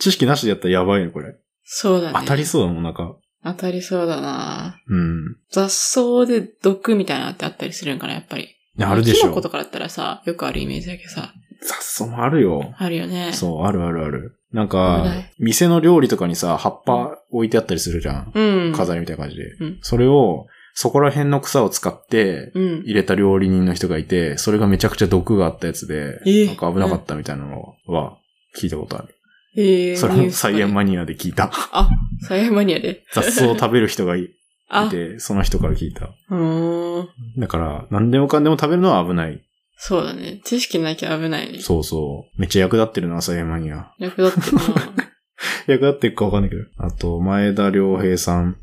知識なしでやったらやばいね、これ。
そうだね。
当たりそうだもん、なんか。
当たりそうだな
うん。
雑草で毒みたいなのってあったりするんかな、やっぱり。
ねあるでし
キ
ょ
ノコ。とかだったらさ、よくあるイメージだけどさ、
雑草もあるよ。
あるよね。
そう、あるあるある。なん
危
か
ない、
店の料理とかにさ、葉っぱ置いてあったりするじゃん。
う。うん。
飾りみたいな感じで。
うん
それを、そこら辺の草を使って、
うん。
入れた料理人の人がいて、それがめちゃくちゃ毒があったやつで、
えー
なんか危なかったみたいなのは聞いたことある。
えー、
それ
ニュ
も
ースとか
菜
で
園マニアで聞い
[laughs]
た。
あ、サイヤマニアで。
雑草を食べる人がいい
あ、
て、その人から聞いた。
うーん。
だから、何でもかんでも食べるのは危ない。
そうだね。知識なきゃ危ないね。
そうそう。めっちゃ役立ってるな、菜園マニア。[laughs]
役立ってるな
役立ってるかわかんないけど。あと、前田良平さん。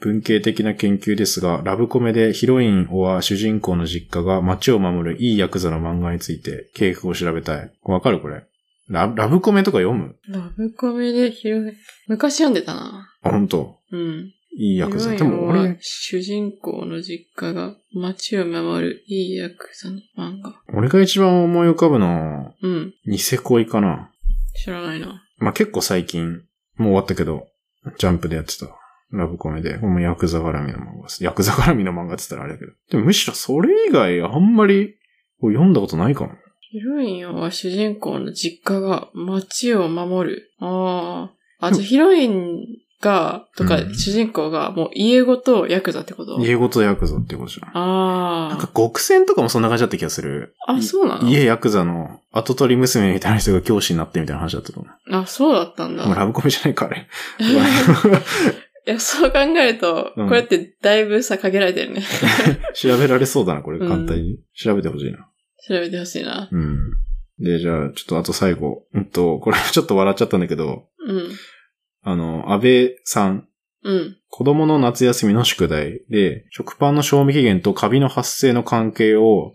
文系的な研究ですが、ラブコメでヒロインは主人公の実家が街を守るいいヤクザの漫画について、系譜を調べたい。わかるこれ。ララブコメとか読む
ラブコメで広い。昔読んでたな。
あ、ほんと。
うん。
いいヤクザ。
ヒ
で
ロイン
も
は
俺、
主人公の実家が街を守るいいヤクザの漫画。
俺が一番思い浮かぶの、
うん。
ニセ恋かな。
知らないな。
まあ、結構最近、もう終わったけど、ジャンプでやってた。ラブコメで。これもヤクザ絡みの漫画です。ヤクザ絡みの漫画って言ったらあれだけど。でもむしろそれ以外あんまりこう読んだことないかも。
ヒロインは主人公の実家が街を守る。ああ。あ、じゃあヒロインが、とか、
うん
主人公がもう家ごとヤクザってこと
家ごとヤクザってことじゃん。なんか
あ
極戦とかもそんな感じだった気がする。
あ。あ、そうなの
家ヤクザの後取り娘みたいな人が教師になってみたいな話だったと思
あ、そうだったん
う。もうラ
だ。
ブコメじゃないか、あれ。 [laughs]
いや、そう考えると、
うん
これってだいぶさ、限られてるね。
調べられそうだな、これ
うん
簡単に。調べてほしいな。
調べてほしいな。
うん。で、じゃあ、ちょっとあと最後。うんと、これちょっと笑っちゃったんだけど、
うん。
あの、安倍さん。
うん。
子供の夏休みの宿題で、食パンの賞味期限とカビの発生の関係を、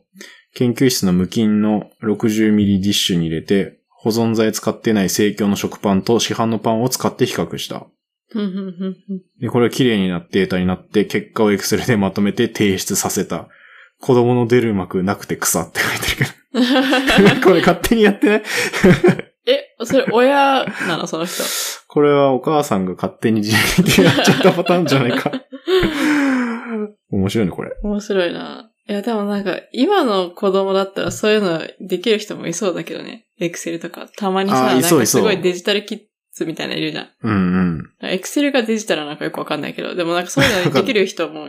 研究室の無菌の 60mm ディッシュに入れて、保存剤使ってない生協の食パンと市販のパンを使って比較した。
ふんふんふんふん [laughs]
で、これは綺麗になってデータになって、結果を Excel でまとめて提出させた。子供の出る幕なくて草って書いてるけど。こ [laughs] れ勝手にやってない
え、それ親なのその人。
これはお母さんが勝手に自分でやっちゃったパターンじゃないか。面白いね、これ。
面白いな。いや、でもなんか、今の子供だったらそういうのできる人もいそうだけどね。エクセルとか。たまに
あ
さ、
い
な
そ
ん
う
か
いそ
す
う
ごいデジタルキッズみたいなのいるじゃん。
うんうん。
エクセルがデジタルなのかよくわかんないけど、でもなんかそういうのできる人も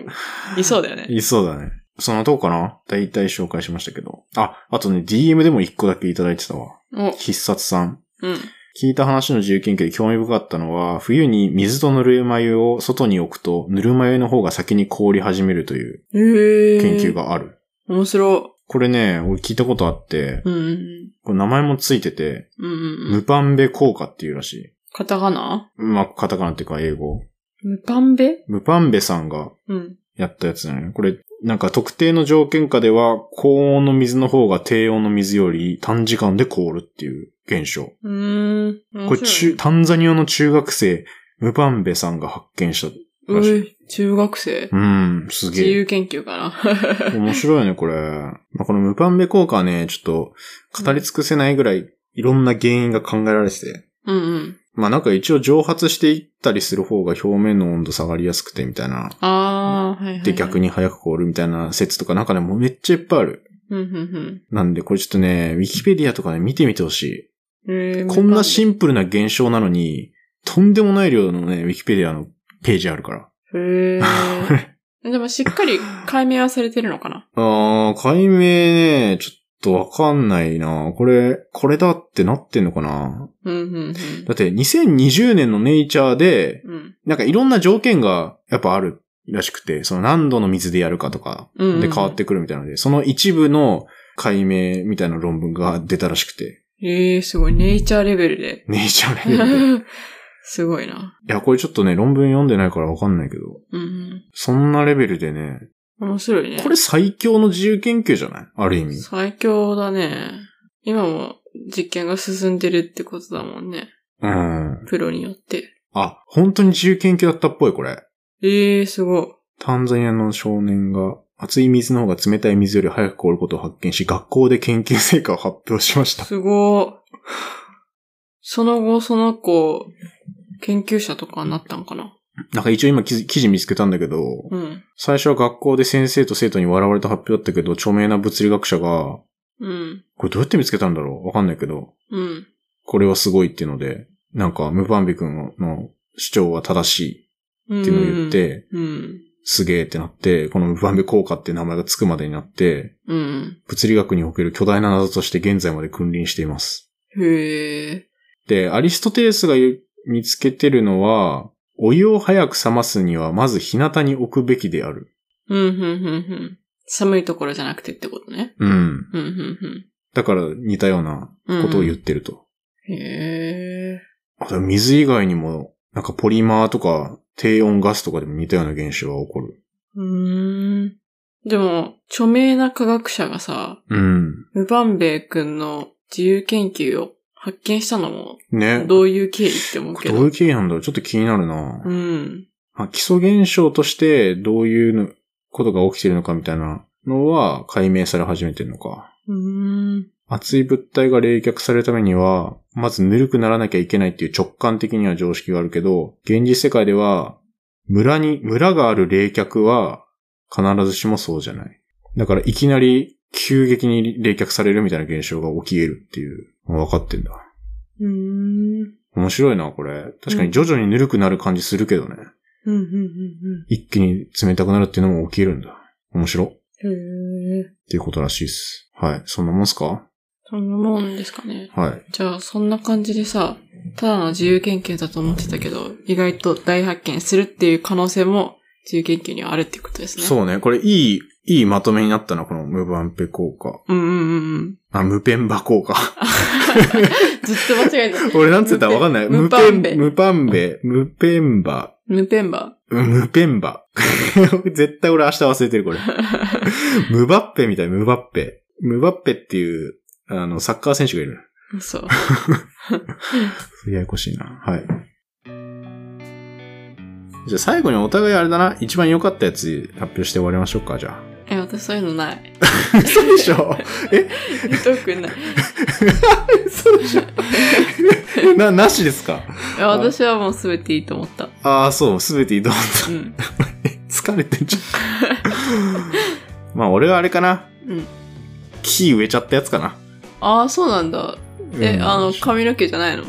いそうだよね。
いそうだね。そのとこかな大体紹介しましたけど。あ、あとね、DM でも一個だけいただいてたわ。
お、
必殺さん。
うん。
聞いた話の自由研究で興味深かったのは、冬に水とぬるま湯を外に置くと、ぬるま湯の方が先に凍り始めるという
へえ。
研究。がある。
面白
これね、俺聞いたことあって
い。、うんうん
これ名前もついてて、
うん。うんうんうん。
ムパンベ効果っていうらしい。
カタカナ
まあ、カタカナっていうか英語。
ムパンベ
ムパンベさんが
うん。
やったやつだよね。これ、なんか特定の条件下では、高温の水の方が低温の水より短時間で凍るっていう現象。
うーん。
これ中、タンザニアの中学生、ムパンベさんが発見した。
うえ、中学生
う。ん、す
自
げえ。
由研究かな。
面白いね、これ。まあ、このムパンベ効果はね、ちょっと、語り尽くせないぐらい、いろんな原因が考えられてて。
[laughs] うんうん。
まあ、なんか一応蒸発していったりする方が表面の温度下がりやすくてみたいな
ああ、はいはいはい。
で、逆に早く凍るみたいな説とか、なんかね、もうめっちゃいっぱいある。
うんうん
なんで、これちょっとね、ウィキペディアとかね、見てみてほし
うん。え
い。
ー
こんなシンプルな現象なのに、とんでもない量のね、ウィキペディアのページあるから。
へ
[laughs]
え。でもしっかり解明はされてるのかな
あー、解明ね、ちょっとわかんないなこれ、これだってなってんのかな
うんうん
だって、2020年のネイチャーで、
うん。うん
なんかいろんな条件がやっぱあるらしくて、その何度の水でやるかとか、
うんうんうん
で変わってくるみたいなので、その一部の解明みたいな論文が出たらしくて、
えー、すごい。ネイチャーレベルで。
ネイチャーレベルで。い
[laughs] すごいな。
や、これちょっとね、論文読んでないからわかんないけど、
うんうん。
そんなレベルでね、
面白いね。
これ最強の自由研究じゃないある意味。
最強だね。今も実験が進んでるってことだもんね。
うん。
プロによって。
あ、本当に自由研究だったっぽい、これ。
えー、すごい。
タンザニアの少年が、熱い水の方が冷たい水より早く凍ることを発見し、学校で研究成果を発表しました。 [laughs]
すごい。その後、その子、研究者とかになったんかな
なんか一応今記事記事見つけたんだけど、
うん。
最初は学校で先生と生徒に笑われた発表だったけど、著名な物理学者が、
うん。
これどうやって見つけたんだろうわかんないけど、
うん。
これはすごいっていうので、なんか、ムパンビ君の主張は正しいっていうのを言って、
うん。
すげえってなって、このムパンビ効果って名前がつくまでになって、
うん。
物理学における巨大な謎として現在まで君臨しています。
へえ。
で、アリストテレスが言う見つけてるのは、お湯を早く冷ますには、まず日向に置くべきである。
うん、うん、うん、うん。寒いところじゃなくてってことね。
うん。
うん、うん、
だから似たような
うん。
ことを言っ
う。
てると。
へえ。
あでも水以外にも、なんかポリマーとか低温ガスとかでも似たような現象は起こる。
うーん。でも、著名な科学者がさ、
うん。
ムバンベイ君の自由研究を発見したのも、
ね。
どういう経緯って思うけ
どうい
ど
う。経緯なんだろうちょっと気になるな、
うん。
まあ、基礎現象としてどういうのことが起きてるのかみたいなのは解明され始めてるのか。
うーん。
熱い物体が冷却されるためには、まずぬるくならなきゃいけないっていう直感的には常識があるけど、現実世界では、村に、村がある冷却は必ずしもそうじゃない。だからいきなり急激に冷却されるみたいな現象が起き得るっていう、分かってんだ。
うーん。
面白いな、これ。確かに徐々にぬるくなる感じするけどね。
うん、うん、うん、
一気に冷たくなるっていうのも起きるんだ。面白っ
うん。へえ。
ていうことらしいです。はい。そんなもんすか
そんなもんですかね。
はい。
じゃあ、そんな感じでさ、ただの自由研究だと思ってたけど、意外と大発見するっていう可能性も自由研究にはあるっていうことですね。う。
そうね。これいい、いいまとめになったな、このムバンペ効果。
うんうんうんうん。
あ、ムペンバ効果。 [laughs]
ずっと間違えてた。
俺なんつったらわかんない。
ム
ム
ペ
ペ
ン
ン、ムパンベ、ムペンバ、
ムペンバ。
うんムペンバ。 [laughs] 絶対俺明日忘れてる、これ。ムバッペみたい、ムバッペ。ムバッペっていう、あの、サッカー選手がいる。
そう。
ややこしいな。はい。じゃあ最後にお互いあれだな。一番良かったやつ発表して終わりましょうか、じゃあ。 [laughs]
え、私そういうのない。
嘘でし
[laughs]
ょ
特にない。
嘘でしょな、なしですか
いや私はもう全ていいと思った。
ああ、そう、すべて移動だ。
うん。
疲れてんじ
[laughs]
ゃん。まあ俺はあれかな。
うん。
木植えちゃったやつかな。
ああ、そうなんだ。え、
うん
あ
[laughs]
の、髪の毛じゃないの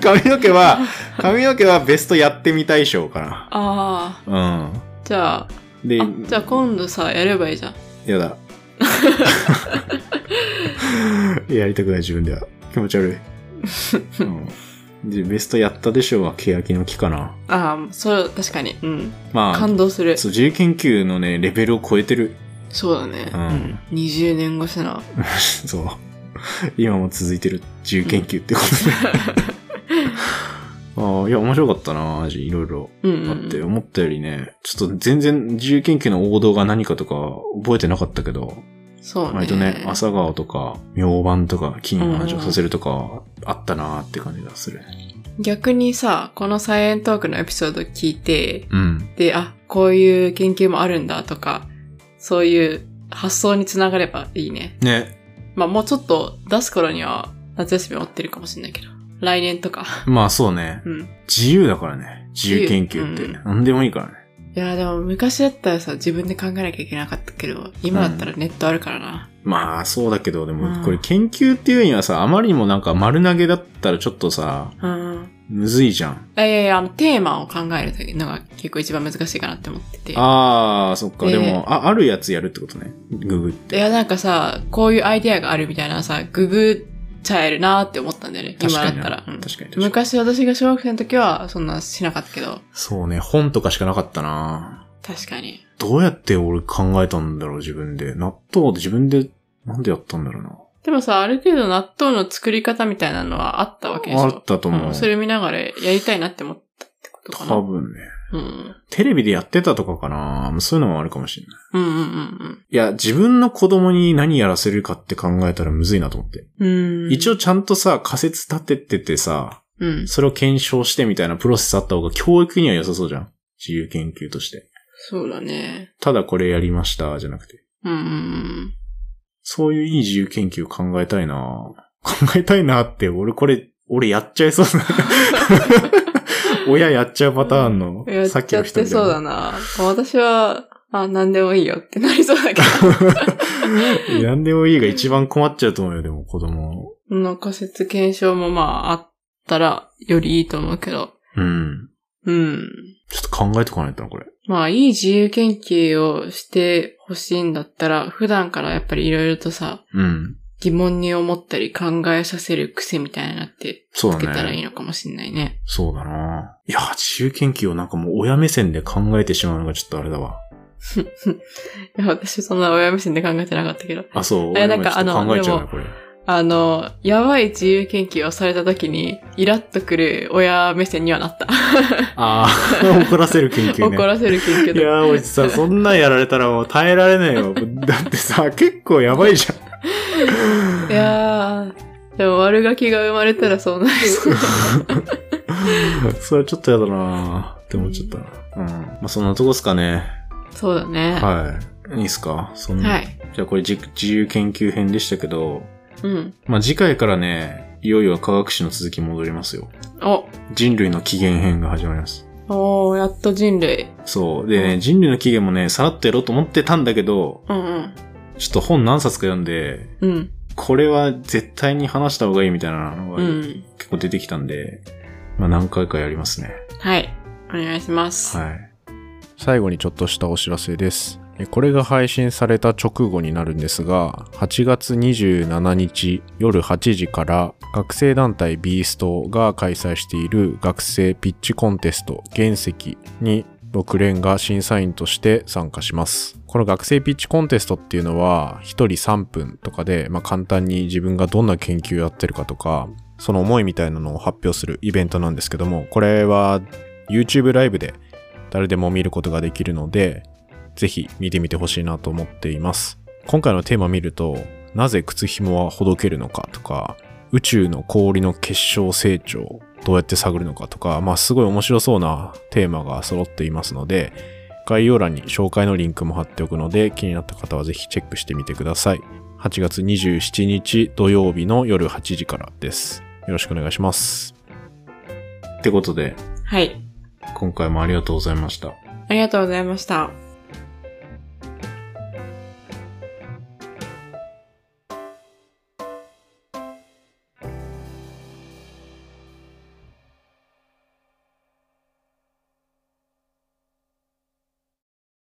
髪の毛は、髪の毛はベストやってみたい賞か
ああ、
な。
じゃあ、
うん。で、
あ、じゃあ今度さ、やればいいじゃん。
や
[laughs]
だ。やりたくない自分では。気持ち
[laughs]
悪い。うん、でベストやったでしょうは欅の木かな。
ああ、そう、確かに。うん。
まあ、
感動する。
そう、自由研究のね、レベルを超えてる。 [laughs]
そうだね。
う
うんん。20年越しな。
そう。今も続いてる自由研究って
[laughs]
ことで。ああ、いや、面白かったな、マジいろいろ
うん、うん。
あって、思ったよりね、ちょっと全然自由研究の王道が何かとか覚えてなかったけど、
そうね。
割とね、朝顔とか、明晩とか、金の話をさせるとか、あったなーって感じがする。
逆にさ、このサイエントークのエピソード聞いて、
うん。
で、あ、こういう研究もあるんだとか、そういう発想につながればいいね。
ね。
まあもうちょっと出す頃には夏休み終わってるかもしれないけど。来年とか。
まあそうね。
うん。い
自由だからね。自由研究って。
自由
何でもいいからね。
やでも昔だったらさ、自分で考えなきゃいけなかったけど、今だったらネットあるからな。
まあそうだけど、で
うん
もこれ研究っていうにはさ、あまりにもなんか丸投げだったらちょっとさ、
うん。
むずいじゃん。
いやいやいや、あの、テーマを考えるのが結構一番難しいかなって思ってて。い
ああ、そっか。で
で
も、あ、あるやつやるってことね。ググって。
やなんかさ、こういうアイデアがあるみたいなさ、ググっちゃえるなーって思ったんだよね。今
確
だ
か
っ
にな
たら。う
確か
ん
に確かに。
昔私が小学生の時はそんなしなかったけど、
そうね、本とかしかなかったな
確かに。
どうやって俺考えたんだろう、自分で。納豆って自分で、なんでやったんだろうな。
でもさ、ある程度納豆の作り方みたいなのはあったわけでしょ
あったと思う。
んそれ見ながらやりたいなって思ったってことか
多
な。
分ね。
うん。
テレビでやってたとかかなそういうのもあるかもしれない。
うんうん
いや、自分の子供に何やらせるかって考えたらむずいなと思って。
うんうん。うん。
一応、ちゃんとさ、仮説立てててさ、
うん。
それを検証してみたいなプロセスあった方が教育には良さそうじゃん。自由研究として。
そうだね。
ただこれやりました、じゃなくて。
うんうん
そういういい自由研究考えたいな考えたいなって、俺これ、俺やっちゃいそう
[laughs]
な。親やっちゃうパターンの
うん。や、っ
さっき
ちゃ
の
っ
人
て
みたい
そうだ
な。
な。私は、あ、なんでもいいよってなりそうだけ
[laughs] いやなんでもいいが一番困っちゃうと思うよ、でも子供。
ど。の仮説検証もまああったらよりいいと思うけど。
うん。
うん。
ちょっと考えとかないとな、これ。
まあ、いい自由研究をしてほしいんだったら、普段からやっぱりいろいろとさ、
うん。
疑問に思ったり考えさせる癖みたいなのって
そう
つけた
だ
らいい
ね。
のかもしんないね。
そうだな。いや、自由研究をなんかもう親目線で考えてしまうのがちょっとあれだわ。
いや、私そんな親目線で考えてなかったけど。
あ、そう。
あれ
親目線
なんか
ちょっと考え
あの
ちゃう
で
な、これ。
あの、やばい自由研究をされた時に、イラッとくる親目線にはなった。
[laughs] ああ、怒らせる研究ね。
怒らせる研究
いやー、おじ
だ。 [laughs]
さん、そんなんやられたらもう耐えられないよ。だってさ、結構やばいじゃん。
いやー、でも悪ガキが生まれたらそうなる。
[laughs] それちょっとやだなーって思っちゃったな。うん。まあ、そんなとこっすかね。
そうだね。は
はい。いいっすかそん
い。
な。じゃあこれ自自由研究編でしたけど、
うん。
まあ、次回からね、いよいよ科学史の続き戻りますよ。
お、
人類の起源編が始まります。
おー、やっと人類。
そう。でね、
うん
人類の起源もね、さらっとやろうと思ってたんだけど、
うんうん。
ちょっと本何冊か読んで、
うん。
これは絶対に話した方がいいみたいなのが
うん。
結構出てきたんで、まあ何回かやりますね。
はい。お願いします。
はい。最後にちょっとしたお知らせです。えこれが配信された直後になるんですが、8月27日夜8時から学生団体ビーストが開催している学生ピッチコンテスト原石に6連が審査員として参加します。この学生ピッチコンテストっていうのは1人3分とかで、まあ、簡単に自分がどんな研究やってるかとか、その思いみたいなのを発表するイベントなんですけども、これは YouTube ライブで誰でも見ることができるので、ぜひ見てみてほしいなと思っています。今回のテーマ見ると、なぜ靴紐はほどけるのかとか、宇宙の氷の結晶成長、どうやって探るのかとか、まあすごい面白そうなテーマが揃っていますので、概要欄に紹介のリンクも貼っておくので、気になった方はぜひチェックしてみてください。8月27日土曜日の夜8時からです。よろしくお願いします。ってことで、
はい。
今回もありがとうございました。
ありがとうございました。